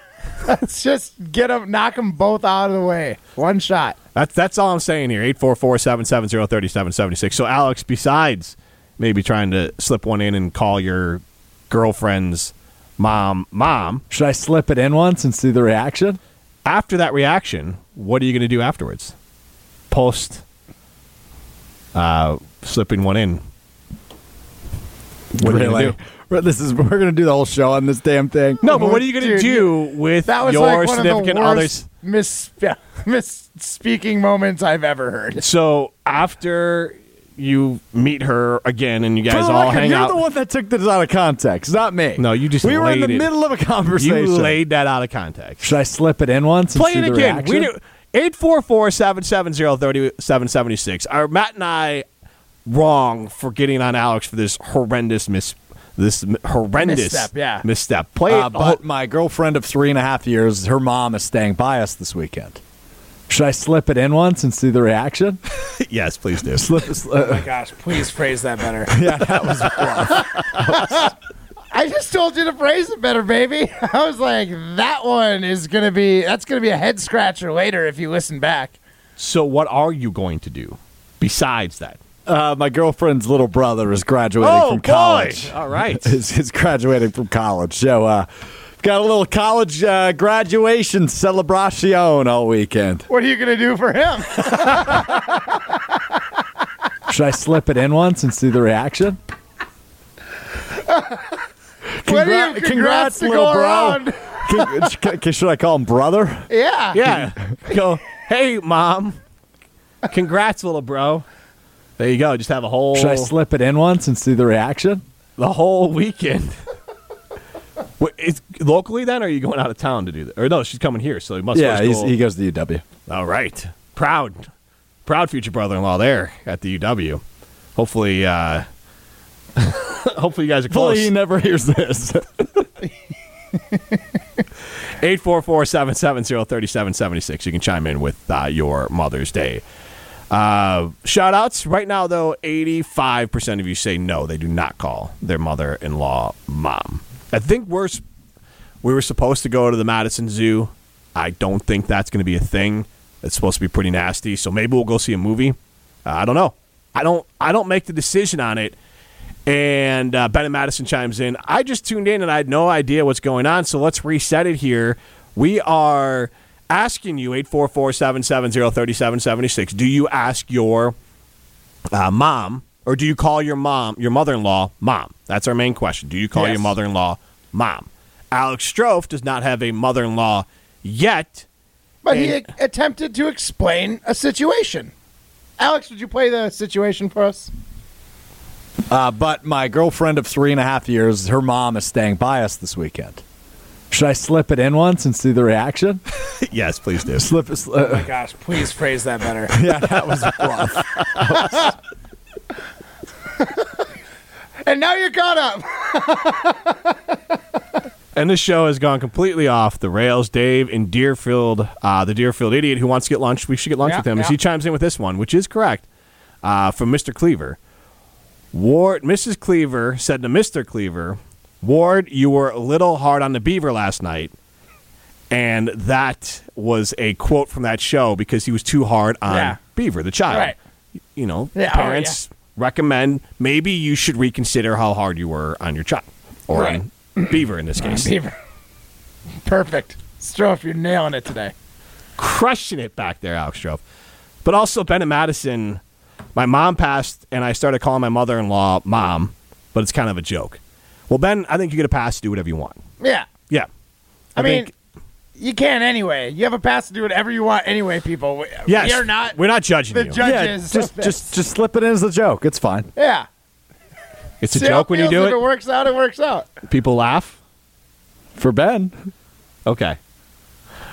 A: Let's just get them, knock them both out of the way. One shot.
C: That's that's all I'm saying here. Eight four four seven seven zero thirty seven seventy six. So Alex, besides maybe trying to slip one in and call your girlfriend's mom, mom.
D: Should I slip it in once and see the reaction?
C: After that reaction, what are you going to do afterwards? Post uh, slipping one in. What are you gonna do?
D: Re- This is we're gonna do the whole show on this damn thing.
C: No, but what are you going to
A: Dude,
C: do with
A: That was
C: your
A: like one
C: significant
A: of the
C: others?
A: worst mis yeah, misspeaking moments I've ever heard.
C: So after you meet her again and you
D: For
C: guys
D: the
C: all
D: record,
C: hang
D: you're
C: out,
D: the one that took this out of context, not me.
C: No, you just
D: we were in
C: laid
D: the
C: it.
D: middle of a
C: you
D: conversation.
C: laid that out of context.
D: Should I slip it in once? And
C: Play
D: see
C: it
D: the
C: again. We
D: reaction?
C: do 844-770-3776. Are Matt and I wrong for getting on Alex for this horrendous mis this m- horrendous
A: Misstep, yeah.
C: misstep? Play
D: Uh,
C: it.
D: but my girlfriend of three and a half years, her mom is staying by us this weekend. Should I slip it in once and see the reaction?
C: yes, please do.
D: slip. sli- uh,
A: Gosh, please phrase that better.
D: yeah, that was rough.
A: I just told you to phrase it better, baby. I was like, that one is gonna be that's gonna be a head scratcher later if you listen back.
C: So what are you going to do besides that?
D: Uh, my girlfriend's little brother is graduating
C: Oh,
D: from
C: boy.
D: college.
C: All right.
D: is, is graduating from college. So, uh, got a little college uh, graduation celebration all weekend.
A: What are you gonna do for him?
D: Should I slip it in once and see the reaction?
A: Plenty of
D: Congra-
A: congrats to go around.
D: Con- c- c- Should I call him brother?
A: yeah.
C: Yeah. go, hey, mom. Congrats, little bro. There you go. Just have a whole
D: Should I slip it in once and see the reaction?
C: the whole weekend. Wait, it's locally then, or are you going out of town to do that? Or no, she's coming here, so you must.
D: yeah,
C: go to
D: he's,
C: school.
D: he goes to UW.
C: All right, proud, proud future brother-in-law there at the UW. Hopefully, uh, hopefully you guys are
D: Hopefully,
C: close.
D: he never hears this.
C: Eight four four seven seven zero thirty seven seventy six. You can chime in with uh, your Mother's Day uh, shout outs. Right now, though, 85% of you say no, they do not call their mother in law mom. I think we're, s- we were supposed to go to the Madison Zoo. I don't think that's going to be a thing. It's supposed to be pretty nasty. So maybe we'll go see a movie. Uh, I don't know. I don't, I don't make the decision on it. And uh, Bennett Madison chimes in. I just tuned in and I had no idea what's going on, so let's reset it here. We are asking you 844 770 3776. Do you ask your uh, mom or do you call your mom, your mother in law, mom? That's our main question. Do you call your mother in law mom? Alex Strofe does not have a mother in law yet.
A: But he a- attempted to explain a situation. Alex, would you play the situation for us?
D: Uh, but my girlfriend of three and a half years, her mom is staying by us this weekend. Should I slip it in once and see the reaction?
C: yes, please do.
D: Slip it. Sl- uh,
A: Gosh, please phrase that better.
D: yeah, that was rough.
A: And now you're caught up.
C: And this show has gone completely off the rails. Dave in Deerfield, uh, the Deerfield idiot who wants to get lunch, we should get lunch
A: Yeah,
C: with him. And
A: yeah.
C: she chimes in with this one, which is correct, uh, from Mr. Cleaver. Ward, Mrs. Cleaver said to Mr. Cleaver, Ward, you were a little hard on the beaver last night. And that was a quote from that show because he was too hard on
A: Yeah.
C: Beaver, the child.
A: Right.
C: Y- You know,
A: Yeah, oh,
C: parents recommend maybe you should reconsider how hard you were on your child or
A: Right.
C: on Beaver in this case.
A: Beaver. Perfect. Strofe, you're nailing it today.
C: crushing it back there, Alex Strofe. But also Ben and Madison. My mom passed, and I started calling my mother-in-law mom, but it's kind of a joke. Well, Ben, I think you get a pass to do whatever you want.
A: Yeah.
C: Yeah,
A: I, mean,
C: think-
A: you can anyway. You have a pass to do whatever you want anyway, people. We,
C: yes,
A: we are not
C: We're not judging
A: the
C: you.
D: Yeah,
A: judges.
D: just just just slip it in as a joke. It's fine.
A: yeah.
C: it's a
A: See how
C: joke when you
A: feels.
C: do
A: If it
C: it.
A: works out, it works out.
C: People laugh.
D: For Ben.
C: Okay.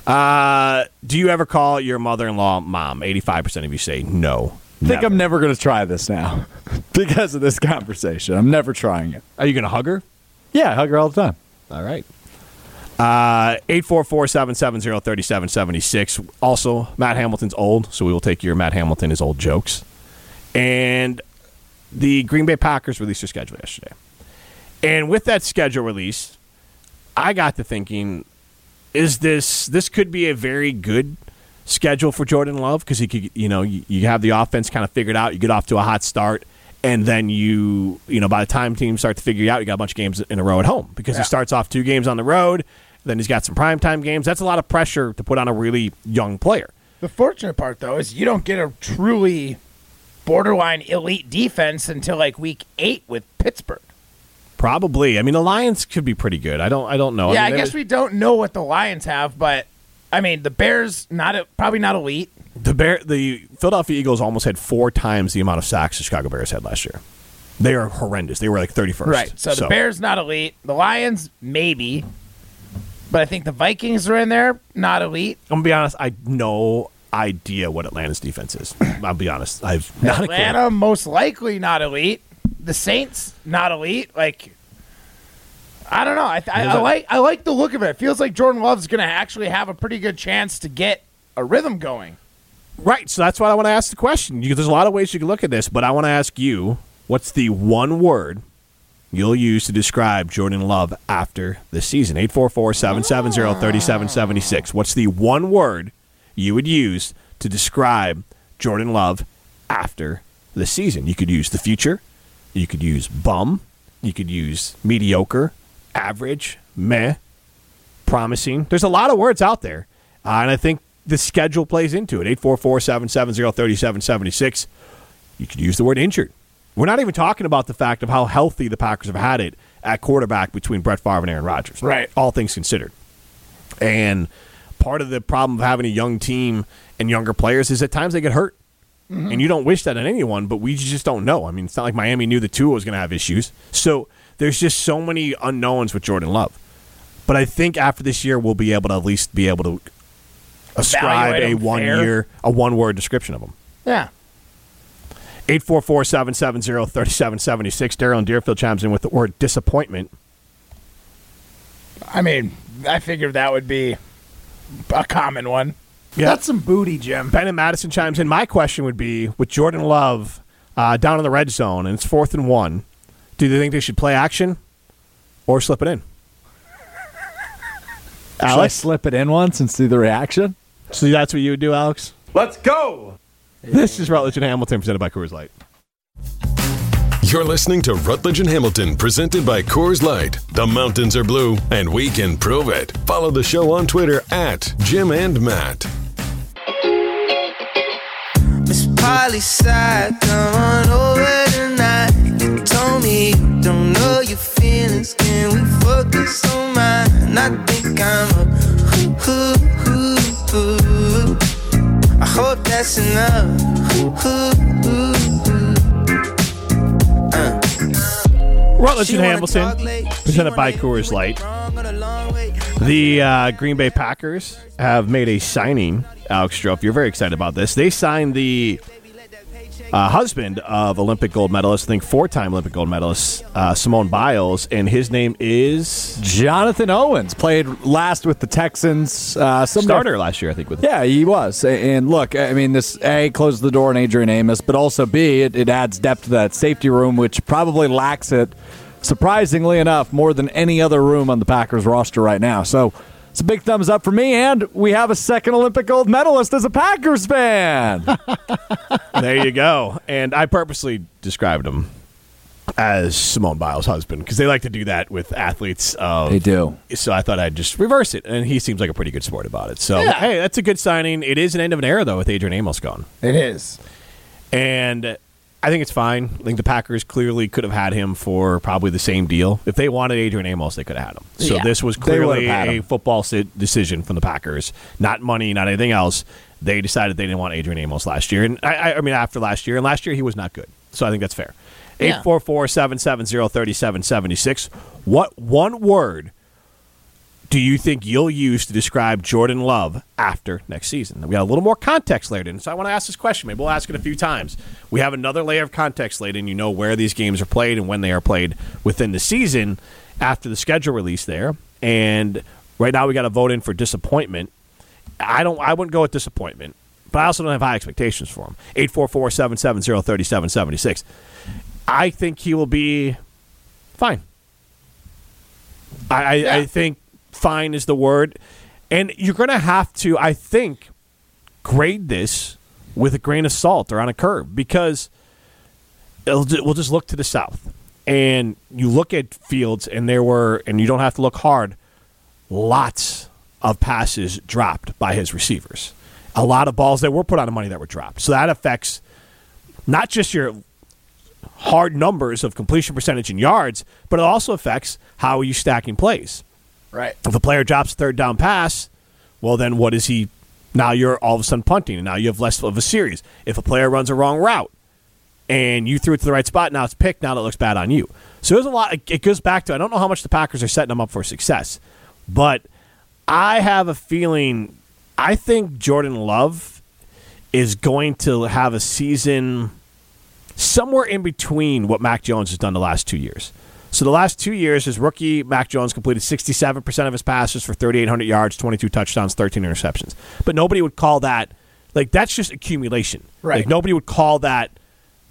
C: Uh, do you ever call your mother-in-law mom? Eighty-five percent of you say no.
D: I think
C: never.
D: I'm never going to try this now because of this conversation. I'm never trying it.
C: Are you going to hug her?
D: Yeah, I hug her all the time.
C: All right. Uh, 844-770-3776. Also, Matt Hamilton's old, so we will take your Matt Hamilton is old jokes. And the Green Bay Packers released their schedule yesterday. And with that schedule release, I got to thinking, is this this could be a very good schedule for Jordan Love because he could you know you, you have the offense kind of figured out, you get off to a hot start, and then you you know by the time teams start to figure you out, you got a bunch of games in a row at home because he starts off two games on the road, then he's got some primetime games. That's a lot of pressure to put on a really young player.
A: The fortunate part, though, is you don't get a truly borderline elite defense until like week eight with Pittsburgh.
C: Probably, I mean the Lions could be pretty good. I don't I don't know.
A: yeah, I
C: mean, they-
A: guess we don't know what the Lions have, but I mean, the Bears not a, probably not elite.
C: The Bear, the Philadelphia Eagles almost had four times the amount of sacks the Chicago Bears had last year. They are horrendous. They were like thirty first.
A: Right. So, the Bears not elite. The Lions maybe. But I think the Vikings are in there, not elite.
C: I'm gonna be honest. I no idea what Atlanta's defense is. I'll be honest. I've not a clue.
A: Atlanta most likely not elite. The Saints not elite. Like I don't know. I, I, I like I like the look of it. It feels like Jordan Love's going to actually have a pretty good chance to get a rhythm going.
C: Right. So that's why I want to ask the question. You, there's a lot of ways you can look at this, but I want to ask you: What's the one word you'll use to describe Jordan Love after this season? 844-770-3776. What's the one word you would use to describe Jordan Love after the season? You could use the future. You could use bum. You could use mediocre, average, meh, promising. There's a lot of words out there. Uh, and I think the schedule plays into it. 844 770 3776. You could use the word injured. We're not even talking about the fact of how healthy the Packers have had it at quarterback between Brett Favre and Aaron Rodgers.
A: Right.
C: All things considered. And part of the problem of having a young team and younger players is at times they get hurt. And you don't wish that on anyone, but we just don't know. I mean, it's not like Miami knew the Tua was going to have issues. So there's just so many unknowns with Jordan Love. But I think after this year, we'll be able to at least be able to ascribe
A: Evaluate
C: a
A: him
C: one
A: fair.
C: year, a one word description of him.
A: Yeah.
C: 844 770 3776. Daryl and Deerfield chimes in with the word disappointment.
A: I mean, I figured that would be a common one.
C: Yeah.
A: That's some booty, Jim.
C: Ben and Madison chimes in. My question would be with Jordan Love uh, down in the red zone and it's fourth and one, do they think they should play action or slip it in?
D: Should I
C: Alex?
D: slip it in once and see the reaction?
C: So that's what you would do, Alex?
F: Let's go.
C: This is Rutledge and Hamilton presented by Coors Light.
B: You're listening to Rutledge and Hamilton, presented by Coors Light. The mountains are blue, and we can prove it. Follow the show on Twitter at Jim and Matt.
E: Miss Polly side, come on over tonight. You told me you don't know your feelings. Can we focus on mine? I think I'm a hoo hoo hoo hoo. I hope that's enough. Hoo hoo hoo hoo.
C: Rutledge
E: She
C: and
E: wanna
C: Hamilton
E: talk late. She
C: presented by
E: wanna
C: Coors
E: hit
C: Light.
E: wrong on a long way.
C: The uh, Green Bay Packers have made a signing. Alex Strofe, you're very excited about this. They signed the uh, husband of Olympic gold medalist, I think four time Olympic gold medalist, uh, Simone Biles, and his name is
D: Jonathan Owens played last with the Texans. Uh, some
C: starter last year, I think, with
D: Yeah, he was. A- And look, I mean, this A closes the door on Adrian Amos, but also B, it, it adds depth to that safety room, which probably lacks it, surprisingly enough, more than any other room on the Packers roster right now. So it's a big thumbs up for me, and we have a second Olympic gold medalist as a Packers fan.
C: there you go. And I purposely described him as Simone Biles' husband because they like to do that with athletes. Of,
D: They do.
C: So I thought I'd just reverse it. And he seems like a pretty good sport about it. So, hey, that's a good signing. It is an end of an era, though, with Adrian Amos gone.
A: It is.
C: And I think it's fine. I think the Packers clearly could have had him for probably the same deal. If they wanted Adrian Amos, they could have had him. So this was
D: They would have
C: clearly
D: had
C: a
D: him.
C: football sit decision from the Packers, not money, not anything else. They decided they didn't want Adrian Amos last year, and I, I, I mean after last year, and last year he was not good. So I think that's fair.
A: Yeah.
C: Eight four four seven seven zero thirty seven seventy six. What one word do you think you'll use to describe Jordan Love after next season? We got a little more context layered in, so I want to ask this question. Maybe we'll ask it a few times. We have another layer of context layered in. You know where these games are played and when they are played within the season after the schedule release there. And right now we got to vote in for disappointment. I don't. I wouldn't go with disappointment, but I also don't have high expectations for him. Eight four four seven seven zero thirty seven seventy six. I think he will be fine. I, I, I think fine is the word. And you're going to have to, I think, grade this with a grain of salt or on a curve because it'll, ju- we'll just look to the south. And you look at fields, and there were, and you don't have to look hard, lots of passes dropped by his receivers. A lot of balls that were put on the money that were dropped. So that affects not just your hard numbers of completion percentage and yards, but it also affects how you stacking plays.
A: Right.
C: If a player drops a third down pass, well, then what is he? Now you're all of a sudden punting, and now you have less of a series. If a player runs a wrong route and you threw it to the right spot, now it's picked, now it looks bad on you. So there's a lot. It goes back to I don't know how much the Packers are setting them up for success, but I have a feeling. I think Jordan Love is going to have a season somewhere in between what Mac Jones has done the last two years. So the last two years, his rookie Mac Jones completed 67% of his passes for 3,800 yards, 22 touchdowns, 13 interceptions. But nobody would call that like that's just accumulation.
A: Right.
C: Like nobody would call that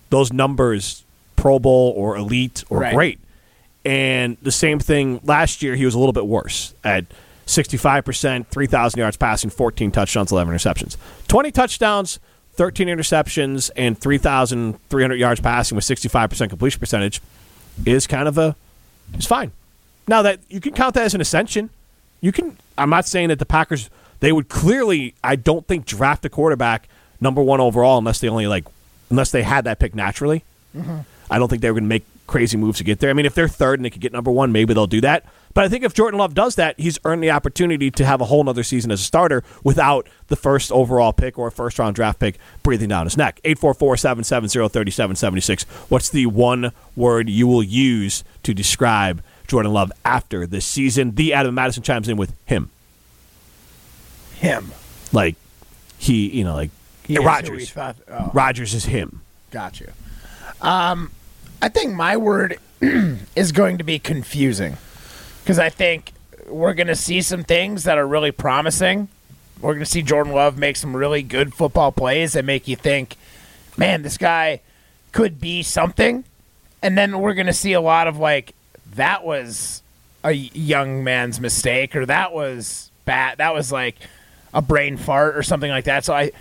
C: those numbers Pro Bowl or elite or
A: Right.
C: great. And the same thing last year, he was a little bit worse at 65%, 3,000 yards passing, 14 touchdowns, 11 interceptions. 20 touchdowns, 13 interceptions, and 3,300 yards passing with 65% completion percentage is kind of a, it's fine. Now that you can count that as an ascension, you can, I'm not saying that the Packers, they would clearly, I don't think, draft a quarterback number one overall unless they only like, unless they had that pick naturally. I don't think they were going to make crazy moves to get there. I mean, if they're third and they could get number one, maybe they'll do that. But I think if Jordan Love does that, he's earned the opportunity to have a whole nother season as a starter without the first overall pick or a first round draft pick breathing down his neck. 844 770 3776. What's the one word you will use to describe Jordan Love after this season? The Adam Madison chimes in with him.
A: Him.
C: Like, he, you know, like
A: He is who we
C: Rodgers.
A: thought- oh.
C: Rodgers is him.
A: Got you. Um, I think my word is going to be confusing because I think we're going to see some things that are really promising. We're going to see Jordan Love make some really good football plays that make you think, man, this guy could be something. And then we're going to see a lot of like, that was a young man's mistake or that was bad. That was like a brain fart or something like that. So I.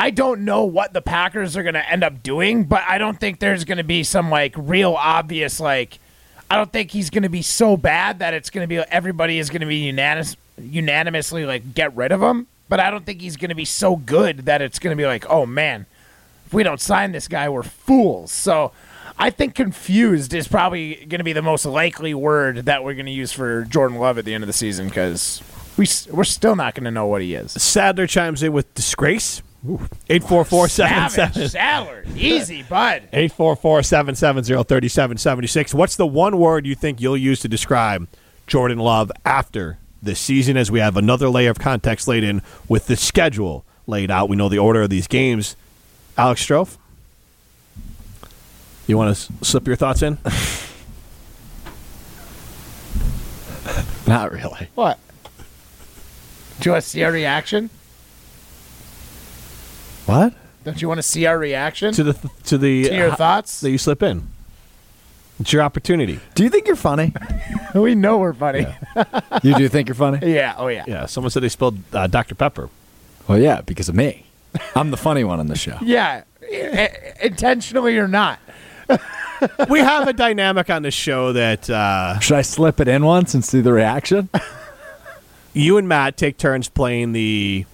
A: I don't know what the Packers are going to end up doing, but I don't think there's going to be some like real obvious like. I don't think he's going to be so bad that it's going to be everybody is going to be unanimous, unanimously like get rid of him. But I don't think he's going to be so good that it's going to be like, oh man, if we don't sign this guy, we're fools. So I think confused is probably going to be the most likely word that we're going to use for Jordan Love at the end of the season because we s- we're still not going to know what he is.
C: Sadler chimes in with disgrace. Eight four four seven seven.
A: Savage, Sadler, easy, bud.
C: 844-770-3776. What's the one word you think you'll use to describe Jordan Love after this season as we have another layer of context laid in with the schedule laid out. We know the order of these games. Alex Strofe? You want to slip your thoughts in? Not really.
A: What? Do you want to see our reaction?
C: What?
A: Don't you want to see our reaction
C: To
A: to,
C: the th- to the
A: your
C: uh,
A: thoughts?
C: that you slip in. It's your opportunity.
D: Do you think you're funny?
A: we know we're funny. Yeah.
D: You do think you're funny?
A: Oh yeah.
C: Yeah. Someone said they spilled uh, Dr Pepper.
D: Well, yeah, because of me. I'm the funny one on the show.
A: Yeah. I- I- intentionally or not.
C: we have a dynamic on this show that uh,
D: Should I slip it in once and see the reaction?
C: you and Matt take turns playing the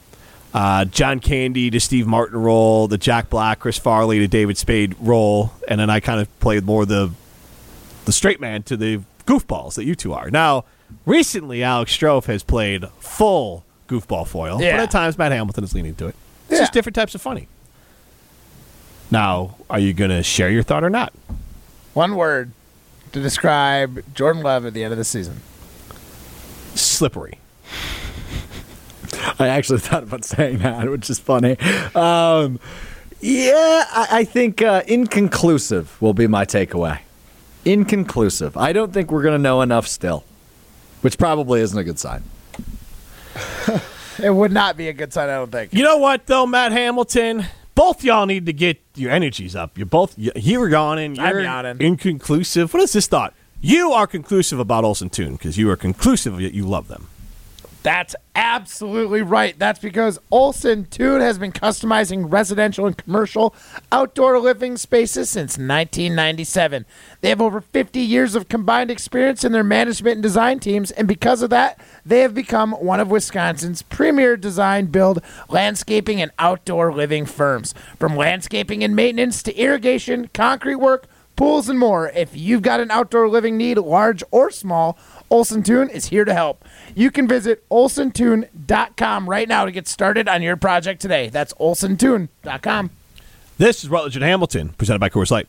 C: uh, John Candy to Steve Martin role, the Jack Black, Chris Farley to David Spade role, and then I kind of played more the the straight man to the goofballs that you two are. Now, recently, Alex Strofe has played full goofball foil,
A: Yeah.
C: but at times Matt Hamilton is leaning to it. It's just
A: Yeah.
C: different types of funny. Now, are you going to share your thought or not?
A: One word to describe Jordan Love at the end of the season.
C: Slippery.
D: I actually thought about saying that, which is funny. Um, yeah, I, I think uh, inconclusive will be my takeaway. Inconclusive. I don't think we're going to know enough still, which probably isn't a good sign.
A: It would not be a good sign, I don't think.
C: You know what, though, Matt Hamilton? Both y'all need to get your energies up. You're both, y- you're yawning.
A: I'm
C: You're
A: yawning.
C: inconclusive. What is this thought? You are conclusive about Olsen Toon because you are conclusive that you love them.
A: That's absolutely right. That's because Olson Toon has been customizing residential and commercial outdoor living spaces since 1997. They have over 50 years of combined experience in their management and design teams, and because of that, they have become one of Wisconsin's premier design, build, landscaping, and outdoor living firms. From landscaping and maintenance to irrigation, concrete work, pools, and more. If you've got an outdoor living need, large or small, Olson Toon is here to help. You can visit olsontoon.com right now to get started on your project today. That's olsontoon.com.
C: This is Rutledge and Hamilton, presented by Coors Light.